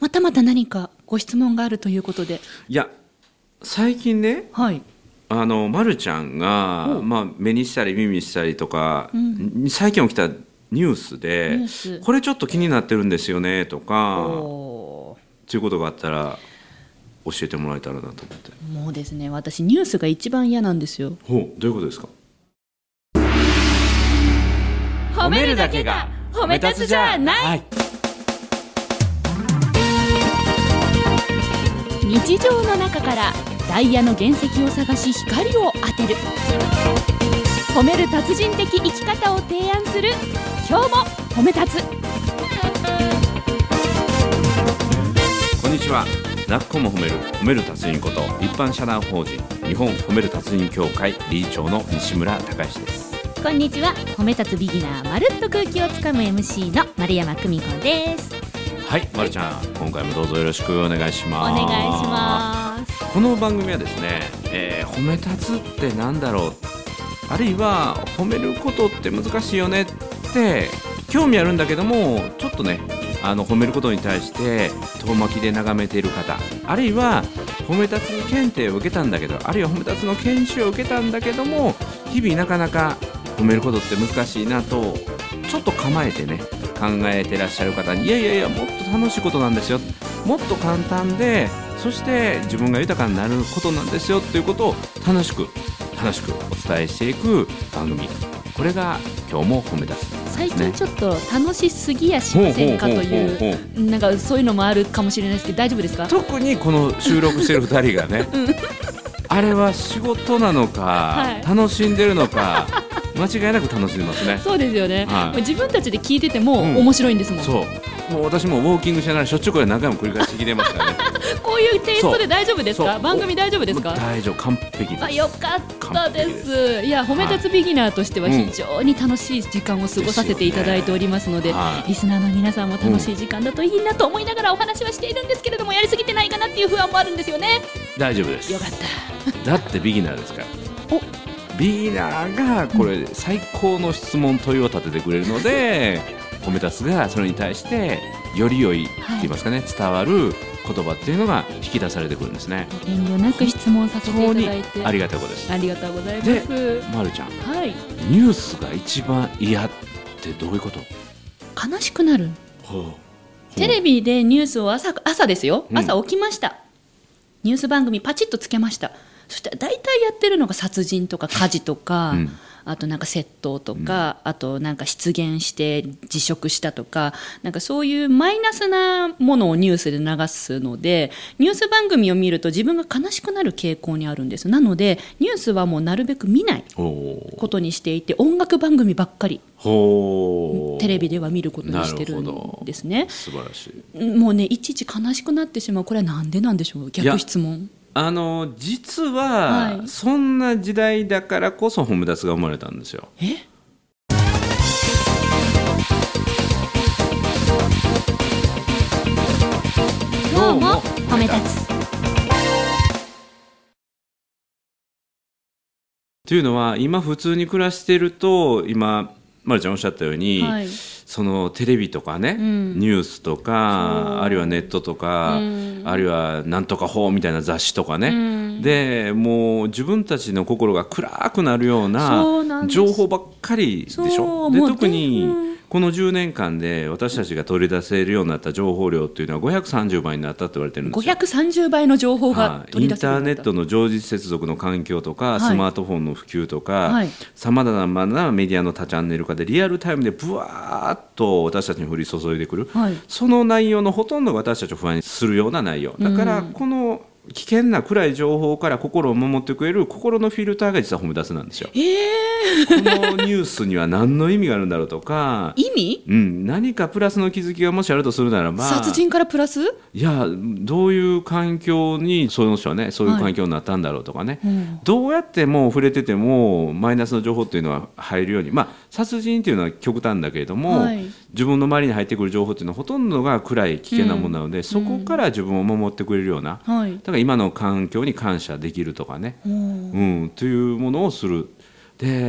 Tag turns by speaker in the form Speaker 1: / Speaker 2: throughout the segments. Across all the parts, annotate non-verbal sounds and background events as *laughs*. Speaker 1: またまた何かご質問があるということで。
Speaker 2: いや最近ね
Speaker 1: はい。
Speaker 2: あの、ま、るちゃんが、まあ、目にしたり耳にしたりとか、
Speaker 1: うん
Speaker 2: 最近起きたニュースで
Speaker 1: ニュース
Speaker 2: これちょっと気になってるんですよねとか
Speaker 1: お
Speaker 2: ということがあったら教えてもらえたらなと思って
Speaker 1: ーもうですね、私ニュースが一番嫌なんですよ。
Speaker 2: ほうどういうことですか
Speaker 1: 褒
Speaker 2: はい、
Speaker 1: 日常の中からダイヤの原石を探し光を当てる褒める達人的生き方を提案する今日も褒め立つ
Speaker 2: こんにちはなっこも褒める褒める達人こと一般社団法人日本褒める達人協会理事長の西村隆史です
Speaker 3: こんにちは褒め立つビギナーまるっと空気をつかむ MC の丸山久美子です
Speaker 2: はい、まるちゃん、今回もどうぞよろしくお願いし
Speaker 3: お
Speaker 2: ます。
Speaker 3: 願いします
Speaker 2: す。この番組はですね、えー褒め立つってなんだろう。あるいは褒めることって難しいよねって興味あるんだけども、ちょっとね、あの褒めることに対して遠巻きで眺めている方、あるいは褒め立つ検定を受けたんだけど、あるいは褒め立つの研修を受けたんだけども、日々なかなか褒めることって難しいなとちょっと構えてね考えてらっしゃる方にいやいやいやもっと楽しいことなんですよもっと簡単でそして自分が豊かになることなんですよということを楽しく楽しくお伝えしていく番組これが今日も褒め出す
Speaker 1: 最近ちょっと楽しすぎやしませんかという
Speaker 2: ほう
Speaker 1: なんかそういうのもあるかもしれないですけど大丈夫ですか
Speaker 2: 特にこの収録してる2人
Speaker 1: *laughs*
Speaker 2: がね、あれは仕事なのか、
Speaker 1: はい
Speaker 2: 楽しんでる
Speaker 1: *laughs*
Speaker 2: のか間違いなく楽しんでますね
Speaker 1: そうですよね、
Speaker 2: はい
Speaker 1: もう自分たちで聞いてても
Speaker 2: うん
Speaker 1: 面白いんですもん、
Speaker 2: そうもう私もウォーキングしながらしょっちゅうこれ何回も繰り返し聞いてますからね
Speaker 1: こういうテイストで大丈夫です
Speaker 2: そ
Speaker 1: か
Speaker 2: う
Speaker 1: 番組大丈夫です
Speaker 2: もう
Speaker 1: か
Speaker 2: 大丈夫完璧です
Speaker 1: あよかったで
Speaker 2: 完璧
Speaker 1: すいや褒め立つビギナーとしては
Speaker 2: はい
Speaker 1: 非常に楽しい時間を過ごさせていただいておりますので、
Speaker 2: ですよねはい
Speaker 1: リスナーの皆さんも楽しい時間だといいなと思いながらお話はしているんですけれどもやりすぎてないかなっていう不安もあるんですよね
Speaker 2: 大丈夫です
Speaker 1: よかった
Speaker 2: だってビギナーですから
Speaker 1: お
Speaker 2: ビギナーがこれ最高の質問問いを立ててくれる
Speaker 1: *laughs*
Speaker 2: ので褒め立つがそれに対してより良いって言いますかね、伝わる言葉っていうのが引き出されてくるんですね
Speaker 1: 遠慮なく質問させてい
Speaker 2: 本当
Speaker 1: た
Speaker 2: に
Speaker 1: だいて
Speaker 2: ありがたいことです
Speaker 1: ありがとうございま
Speaker 2: ですまるちゃん
Speaker 1: はい
Speaker 2: ニュースが一番嫌ってどういうこと
Speaker 1: 悲しくなるテレビでニュースを朝朝ですよ
Speaker 2: うん
Speaker 1: 朝起きました、ニュース番組パチッとつけましたそしたら大体やってるのが殺人とか火事とか、
Speaker 2: うん
Speaker 1: あとなんか窃盗とか、あとなんか失言して辞職したとかなんかそういうマイナスなものをニュースで流すのでニュース番組を見ると自分が悲しくなる傾向にあるんですなのでニュースはもうなるべく見ない
Speaker 2: ほう
Speaker 1: ことにしていて音楽番組ばっかり
Speaker 2: ほう
Speaker 1: テレビでは見ることにしてるんですね。
Speaker 2: 素晴らしい
Speaker 1: もうねいちいち悲しくなってしまうこれはなんでなんでしょう
Speaker 2: い
Speaker 1: 逆
Speaker 2: や
Speaker 1: 質問
Speaker 2: あの実
Speaker 1: は
Speaker 2: は、
Speaker 1: い
Speaker 2: そんな時代だからこそホムダスが生まれたんですよ
Speaker 1: え
Speaker 3: 今日も褒め立つ
Speaker 2: というのは今普通に暮らしてると今まるちゃんおっしゃったように、
Speaker 1: はい
Speaker 2: そのテレビとかね、
Speaker 1: うん
Speaker 2: ニュースと
Speaker 1: そう
Speaker 2: かあるいはネットとか、
Speaker 1: うん
Speaker 2: あるいはなんとか法みたいな雑誌とかね、
Speaker 1: うん
Speaker 2: でもう自分たちの心が暗くなるよう
Speaker 1: そうな
Speaker 2: なん
Speaker 1: です
Speaker 2: 情報ばっかりでし
Speaker 1: そ
Speaker 2: ょ
Speaker 1: う
Speaker 2: で
Speaker 1: もう
Speaker 2: 特に
Speaker 1: うん
Speaker 2: この10年間で私たちが取り出せるようになった情報量っていうのは530倍になったって言われてるんですよ。
Speaker 1: 530倍の情報が
Speaker 2: はい
Speaker 1: 取
Speaker 2: イ
Speaker 1: り
Speaker 2: ン
Speaker 1: 出せる
Speaker 2: ター
Speaker 1: ように
Speaker 2: ネ
Speaker 1: なっ
Speaker 2: ッ
Speaker 1: た
Speaker 2: トの常時接続の環境と
Speaker 1: は
Speaker 2: か
Speaker 1: い
Speaker 2: スマートフォンの普及と
Speaker 1: は
Speaker 2: か
Speaker 1: い
Speaker 2: さまざまなメディアの多チャンネル化でリアルタイムでぶわーっと私たちに降り注いでくる
Speaker 1: はい
Speaker 2: その内容のほとんどが私たちを不安にするような内容だからこの危険な暗い情報から心を守ってくれる心のフィルターが実は褒め出せなんですよ。このニュースには何の意味があるんだろうとか、
Speaker 1: 意味、
Speaker 2: うん、何かプラスの気づきがもしあるとするならば
Speaker 1: 殺人からプラス、
Speaker 2: いやどういう環境にその人はねそういう環境になったんだろうとかね、どうやってもう触れててもマイナスの情報っていうのは入るようにまあ殺人っていうのは極端だけれども、
Speaker 1: はい
Speaker 2: 自分の周りに入ってくる情報っていうのはほとんどが暗い危険なものなので、そこから自分を守ってくれるような、
Speaker 1: はい
Speaker 2: だから今の環境に感謝できるとかね、
Speaker 1: うん
Speaker 2: うん、というものをする。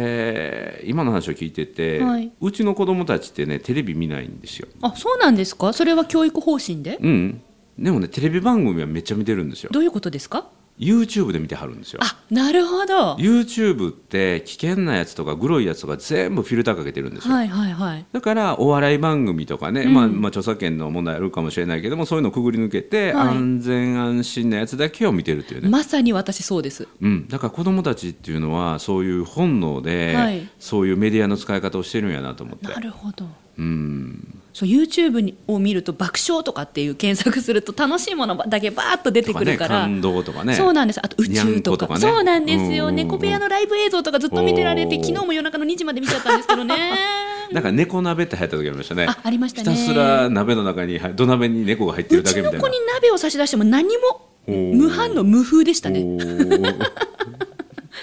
Speaker 2: で今の話を聞いてて、
Speaker 1: はいう
Speaker 2: ちの子供たちってねテレビ見ないんですよ。
Speaker 1: あそうなんですかそれは教育方針で
Speaker 2: うん、でもねテレビ番組はめっちゃ見てるんですよ
Speaker 1: どういうことですか
Speaker 2: YouTube で見てはるんですよ
Speaker 1: あなるほど
Speaker 2: YouTube って危険なやつとかグロいやつとか全部フィルターかけてるんですよ、
Speaker 1: はいはいはい
Speaker 2: だからお笑い番組とかね、
Speaker 1: うん
Speaker 2: まあ、まあ著作権の問題あるかもしれないけどもそういうのをくぐり抜けて、
Speaker 1: はい
Speaker 2: 安全安心なやつだけを見てるっていうね、
Speaker 1: まさに私そうです
Speaker 2: うん、だから子供たちっていうのはそういう本能で、
Speaker 1: はい
Speaker 2: そういうメディアの使い方をしてるんやなと思って
Speaker 1: なるほど
Speaker 2: うん
Speaker 1: そう YouTube にを見ると爆笑とかっていう検索すると楽しいものだけバーッと出てくる
Speaker 2: と
Speaker 1: か
Speaker 2: ね、
Speaker 1: ら
Speaker 2: 感動とかね
Speaker 1: そうなんですあと宇宙とか
Speaker 2: にゃんことかね
Speaker 1: そうなんです
Speaker 2: うんうんう
Speaker 1: よ
Speaker 2: ん
Speaker 1: 猫部屋のライブ映像とかずっと見てられて
Speaker 2: おー
Speaker 1: 昨日も夜中の2時まで見ちゃったんですけどね
Speaker 2: *laughs* なんか猫鍋って流行った時ありましたね
Speaker 1: あありましたね
Speaker 2: ひたすら鍋の中にはい土鍋に猫が入って
Speaker 1: う
Speaker 2: るだ
Speaker 1: ち
Speaker 2: けみ
Speaker 1: の
Speaker 2: たい
Speaker 1: 子
Speaker 2: な
Speaker 1: に鍋を差し出しても何も
Speaker 2: おー
Speaker 1: 無反応無風でしたね
Speaker 2: おー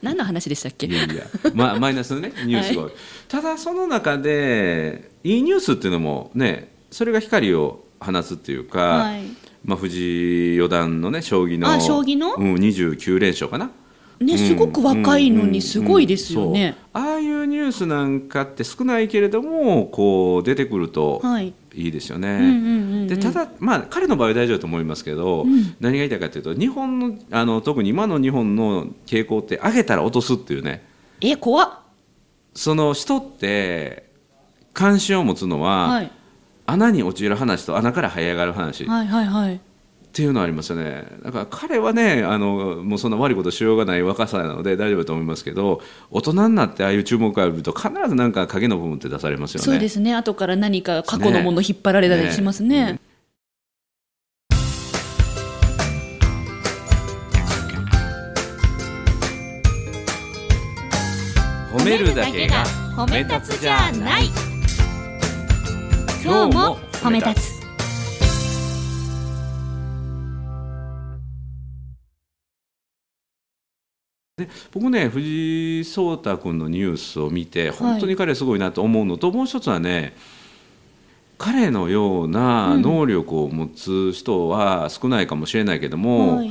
Speaker 1: 何の話でしたっけ
Speaker 2: いやいや、ま、 *laughs* マイナスのねニュースが、
Speaker 1: は
Speaker 2: ただその中でいいニュースっていうのもねそれが光を放つっていうか、
Speaker 1: はい
Speaker 2: まあ、藤井四段のね将棋の
Speaker 1: あ将棋の
Speaker 2: うん、29連勝かな。
Speaker 1: ねすごく若いのにすごいですよ
Speaker 2: うん
Speaker 1: ね、
Speaker 2: そうああいうニュースなんかって少ないけれどもこう出てくると
Speaker 1: はい
Speaker 2: いいですよ
Speaker 1: うんうん
Speaker 2: ね。
Speaker 1: うんうん
Speaker 2: でただ、まあ、彼の場合は大丈夫だと思いますけど、何が言いたいかというと日本のあの特に今の日本の傾向って上げたら落とすっていうね
Speaker 1: え怖っ
Speaker 2: その人って関心を持つのは、
Speaker 1: はい
Speaker 2: 穴に陥る話と穴から這い上がる話、
Speaker 1: はいはいはい
Speaker 2: っていうのはありますよねだから彼はねあのもうそんな悪いことしようがない若さなので大丈夫だと思いますけど大人になってああいう注目を浴びると必ずなんか影の部分って出されますよね。
Speaker 1: そうですね後から何か過去のもの引っ張られたりしますね
Speaker 2: ね褒めるだけが
Speaker 3: 褒
Speaker 2: め立つじゃない
Speaker 3: 今日も褒め立つ
Speaker 2: 僕ね藤井聡太君のニュースを見て本当に彼すごいなと思うのと、もう一つはね彼のような能力を持つ人は少ないかもしれないけども、
Speaker 1: はい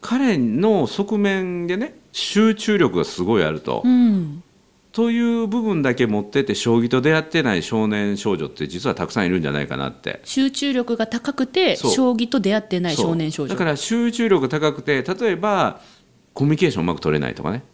Speaker 2: 彼の側面でね集中力がすごいあると、
Speaker 1: うん
Speaker 2: という部分だけ持ってて将棋と出会ってない少年少女って実はたくさんいるんじゃないかなって。
Speaker 1: 集中力が高くて
Speaker 2: そう
Speaker 1: 将棋と出会ってない
Speaker 2: そう
Speaker 1: 少年少女
Speaker 2: だから集中力高くて例えばコミュニケーションうまく取れないとかね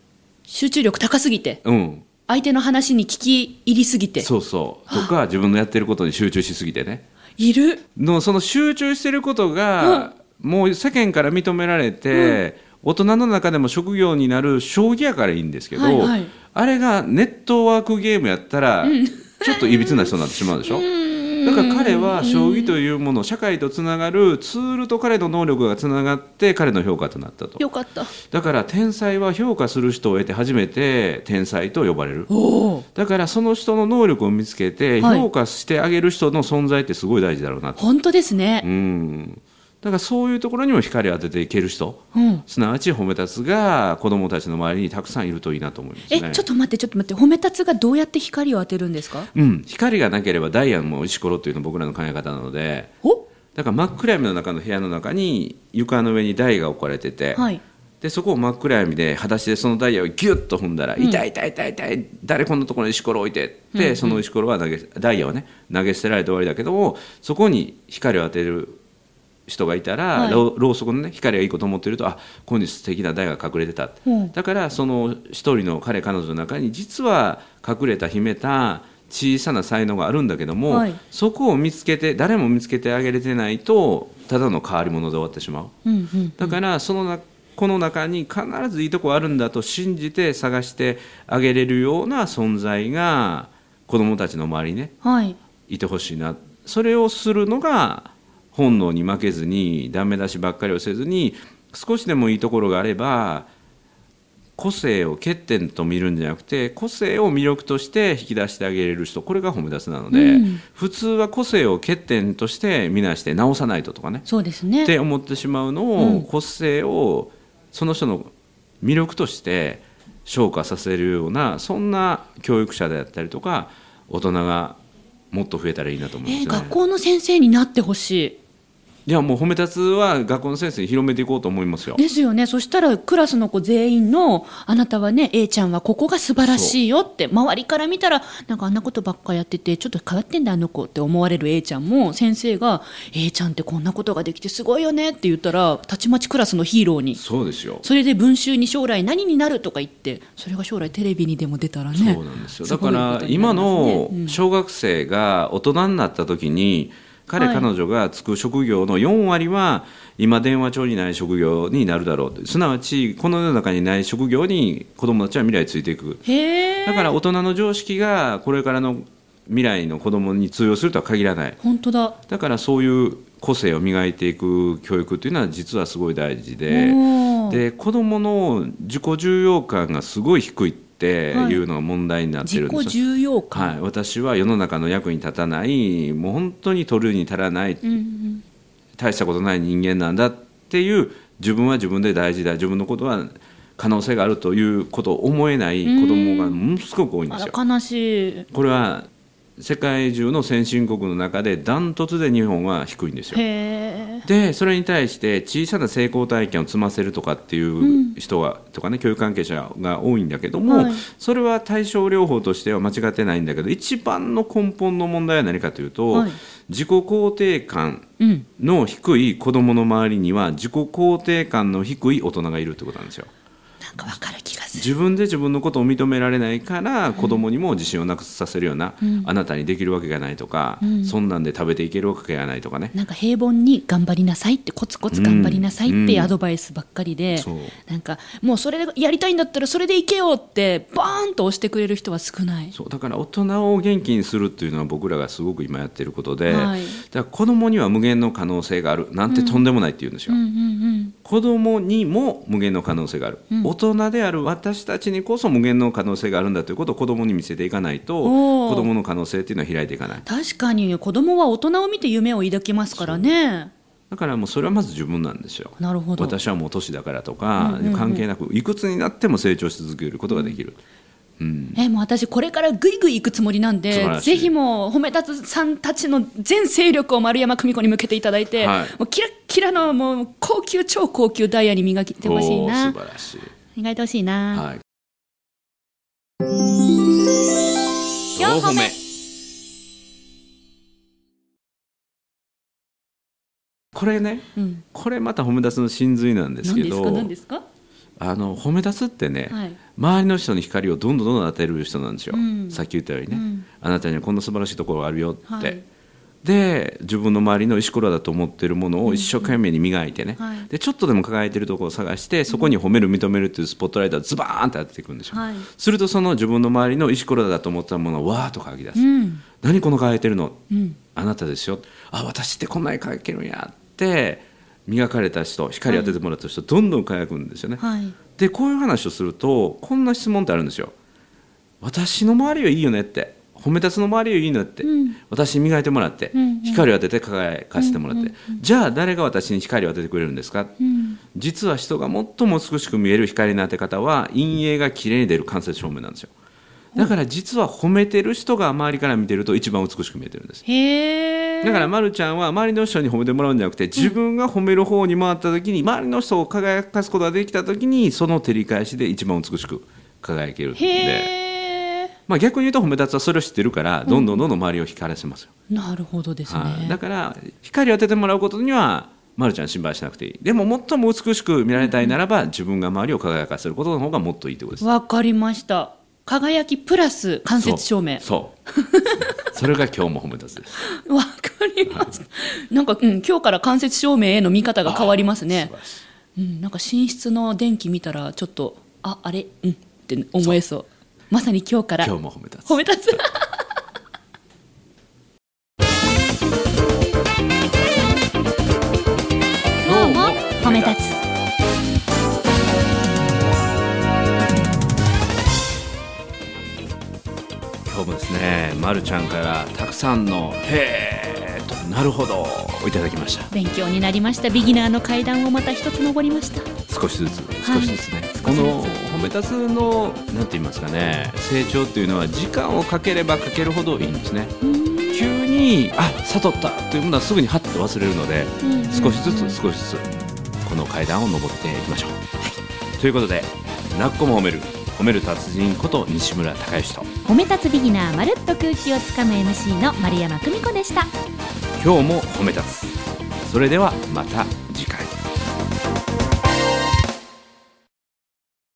Speaker 1: 集中力高すぎて
Speaker 2: うん
Speaker 1: 相手の話に聞き入りすぎて
Speaker 2: そうそうとか自分のやってることに集中しすぎてね
Speaker 1: いる
Speaker 2: のその集中してることが、もう世間から認められて、大人の中でも職業になる将棋やからいいんですけど、
Speaker 1: はいはい
Speaker 2: あれがネットワークゲームやったら、ちょっといびつな人になってしまうでしょ。だから彼は将棋というもの社会とつながるツールと彼の能力がつながって彼の評価となったと
Speaker 1: よかった
Speaker 2: だから天才は評価する人を得て初めて天才と呼ばれる
Speaker 1: おお
Speaker 2: だからその人の能力を見つけて
Speaker 1: はい
Speaker 2: 評価してあげる人の存在ってすごい大事だろうなと
Speaker 1: 本当です
Speaker 2: う
Speaker 1: ね
Speaker 2: ん、だからそういうところにも光を当てていける人
Speaker 1: うん
Speaker 2: すなわち褒め立つが子どもたちの周りにたくさんいるといいなと思いますね
Speaker 1: えちょっと待ってちょっと待って褒め立つがどうやって光を当てるんですか
Speaker 2: うん、光がなければダイヤも石ころというのが僕らの考え方なので
Speaker 1: お
Speaker 2: だから真っ暗闇の中の部屋の中に床の上に台が置かれてて、
Speaker 1: はい
Speaker 2: でそこを真っ暗闇で裸足でそのダイヤをギュッと踏んだら、痛い痛い痛い痛い誰こんなところに石ころ置いてって、その石ころは投げダイヤはね投げ捨てられて終わりだけどもそこに光を当てる人がいたら、
Speaker 1: はい
Speaker 2: ろうろうそくのね光がいいこと思ってるとあここに素敵なダイヤが隠れてたって、
Speaker 1: うん
Speaker 2: だからその一人の彼彼女の中に実は隠れた秘めた小さな才能があるんだけども、
Speaker 1: はい
Speaker 2: そこを見つけて誰も見つけてあげれてないとただの変わり者で終わってしまう。
Speaker 1: うんうん
Speaker 2: だからそのなこの中に必ずいいとこあるんだと信じて探してあげれるような存在が子どもたちの周りにね
Speaker 1: はい
Speaker 2: いてほしいなそれをするのが本能に負けずにダメ出しばっかりをせずに少しでもいいところがあれば個性を欠点と見るんじゃなくて個性を魅力として引き出してあげれる人これが褒め出すなので、
Speaker 1: うん
Speaker 2: 普通は個性を欠点として見なして直さないととかね
Speaker 1: そうですね
Speaker 2: って思ってしまうのを個性をその人の魅力として昇華させるようなそんな教育者であったりとか大人がもっと増えたらいいなと思い
Speaker 1: え
Speaker 2: ますね。
Speaker 1: 学校の先生になってほしい
Speaker 2: いやもう褒め立つは学校の先生に広めていこうと思いますよ。
Speaker 1: ですよねそしたらクラスの子全員の「あなたはね A ちゃんはここが素晴らしいよ」って周りから見たらなんかあんなことばっかやっててちょっと変わってんだあの子って思われる A ちゃんも先生が「A ちゃんってこんなことができてすごいよね」って言ったらたちまちクラスのヒーローに
Speaker 2: そうですよ。
Speaker 1: それで文集に将来何になるとか言ってそれが将来テレビにでも出たらね
Speaker 2: そうなんですよ。
Speaker 1: す
Speaker 2: だ
Speaker 1: ごい
Speaker 2: か
Speaker 1: ことになり
Speaker 2: ら
Speaker 1: ますね
Speaker 2: 今の
Speaker 1: うん
Speaker 2: 小学生が大人になった時に、彼、
Speaker 1: はい
Speaker 2: 彼女がつく職業の4割は今電話帳にない職業になるだろうとすなわちこの世の中にない職業に子供たちは未来ついていく
Speaker 1: へえ
Speaker 2: だから大人の常識がこれからの未来の子供に通用するとは限らない
Speaker 1: 本当だ
Speaker 2: だからそういう個性を磨いていく教育というのは実はすごい大事で
Speaker 1: おー
Speaker 2: で子どもの自己重要感がすごい低いっていうのが問題になって
Speaker 1: 自
Speaker 2: るんですよ
Speaker 1: 己重要感、
Speaker 2: はい、私は世の中の役に立たないもう本当に取るに足らない
Speaker 1: うんうん
Speaker 2: 大したことない人間なんだっていう自分は自分で大事だ自分のことは可能性があるということを思えない子供がものすごく多いんで
Speaker 1: あ
Speaker 2: すよ。
Speaker 1: ら悲しい
Speaker 2: これは世界中の先進国の中でダントツで日本は低いんですよ
Speaker 1: へ。え
Speaker 2: でそれに対して小さな成功体験を積ませるとかっていう人は、とかね教育関係者が多いんだけども、
Speaker 1: はい
Speaker 2: それは対症療法としては間違ってないんだけど一番の根本の問題は何かというと、
Speaker 1: はい
Speaker 2: 自己肯定感
Speaker 1: うん
Speaker 2: の低い子どもの周りには自己肯定感の低い大人がいるってことなんですよ。
Speaker 1: なんかわかる気がする
Speaker 2: 自分で自分のことを認められないから子供にも自信をなくさせるような、あなたにできるわけがないとか、そんなんで食べていけるわけがないとかね。
Speaker 1: なんか平凡に頑張りなさいってコツコツ頑張りなさいっていうアドバイスばっかりで、
Speaker 2: そう
Speaker 1: なんかもうそれでやりたいんだったらそれでいけよってバーンと押してくれる人は少ない
Speaker 2: そうだから大人を元気にするっていうのは僕らがすごく今やってることで、
Speaker 1: はい
Speaker 2: だから子供には無限の可能性があるなんてとんでもないって言うんですよ、
Speaker 1: うんうん
Speaker 2: 子供にも無限の可能性がある、大人である私たちにこそ無限の可能性があるんだということを子供に見せていかないと
Speaker 1: おー
Speaker 2: 子供の可能性っていうのは開いていかない
Speaker 1: 確かに子供は大人を見て夢を抱きますからね
Speaker 2: だからもうそれはまず自分なんですよ
Speaker 1: なるほど
Speaker 2: 私はもう年だからとか関係なくいくつになっても成長し続けることができる、
Speaker 1: えもう私これからぐいぐい行くつもりなん
Speaker 2: 素
Speaker 1: で
Speaker 2: 晴らしい
Speaker 1: ぜひもう褒め立つさんたちの全勢力を丸山久美子に向けていただいて、
Speaker 2: はい
Speaker 1: もうキラッキラのもう高級超高級ダイヤに磨いてほしい
Speaker 2: おー
Speaker 1: な
Speaker 2: 素晴らしい、
Speaker 3: 磨いてほしいな、
Speaker 2: はい、
Speaker 3: 四歩目
Speaker 2: これね
Speaker 1: うん
Speaker 2: これまた褒め立つの真髄なんです
Speaker 1: 何
Speaker 2: け
Speaker 1: です
Speaker 2: ど
Speaker 1: か何ですか
Speaker 2: あの褒め立つってね、
Speaker 1: はい
Speaker 2: 周りの人に光をどんどんどんどん与える人なんですよ、
Speaker 1: うん
Speaker 2: さっき言ったようにね、
Speaker 1: うん
Speaker 2: あなたにはこんな素晴らしいところがあるよって、
Speaker 1: はい
Speaker 2: で自分の周りの石ころだと思ってるものを一生懸命に磨いてね、
Speaker 1: はい
Speaker 2: でちょっとでも輝いてるところを探してそこに褒める認めるっていうスポットライトをズバーンって当てていくんですよ、
Speaker 1: はい
Speaker 2: するとその自分の周りの石ころだと思ってたものをわーっと書き出す、
Speaker 1: うん
Speaker 2: 何この輝いてるの、
Speaker 1: うん
Speaker 2: あなたですよあ私ってこんなに輝けるんやって磨かれた人光当ててもらった人、どんどん輝くんですよね、
Speaker 1: はい
Speaker 2: でこういう話をするとこんな質問ってあるんですよ私の周りはいいよねって褒め立つの周りはいいのって、私に磨いてもらって、
Speaker 1: んうん
Speaker 2: 光を当てて輝かせてもらって、じゃあ誰が私に光を当ててくれるんですか、
Speaker 1: うん
Speaker 2: 実は人が最も美しく見える光の当て方は陰影が綺麗に出る間接照明なんですよだから実は褒めてる人が周りから見てると一番美しく見えてるんです
Speaker 1: へえ
Speaker 2: だから、ま、るちゃんは周りの人に褒めてもらうんじゃなくて自分が褒める方に回った時に、周りの人を輝かすことができた時にその照り返しで一番美しく輝けるんで、
Speaker 1: へえ
Speaker 2: まあ、逆に言うと褒め立つはそれを知ってるからどんどんどんどん周りを光らせますよ、
Speaker 1: なるほどですね、
Speaker 2: はいだから光を当ててもらうことにはまるちゃん心配しなくていいでも最も美しく見られたいならば、自分が周りを輝かせることの方がもっといいってことです
Speaker 1: わかりました輝きプラス間接照明
Speaker 2: そうそうそれが今日も褒め立つです *laughs*
Speaker 1: *laughs* わかりました、なんか、うん、今日から間接照明への見方が変わりますね
Speaker 2: 素晴らしい
Speaker 1: うん、なんか寝室の電気見たらちょっとああれうんって思えそうまさに今日から
Speaker 2: 今日も褒め立つ
Speaker 1: 褒め立つ
Speaker 3: 今日も褒め立つ
Speaker 2: 今日もですね、ま、るちゃんからたくさんの「へえ」と「なるほど」をいただきました
Speaker 3: 勉強になりましたビギナーの階段をまた一つ登りました
Speaker 2: 少しずつ
Speaker 3: は
Speaker 2: 少
Speaker 3: い
Speaker 2: しずつね、
Speaker 3: 少
Speaker 2: こ
Speaker 3: しずつ
Speaker 2: の褒めめ立つのなんて言いますかね成長っていうのは時間をかければかけるほどいいんですね急にあ悟ったというものはすぐにハッと忘れるので少しずつ少しずつこの階段を登っていきましょう、ということで「なっこも褒める褒める達人」こと西村孝之と
Speaker 3: 褒め立つビギナーまるっと空気をつかむ MC の丸山久美子でした
Speaker 2: 今日も褒め立つそれではまた次回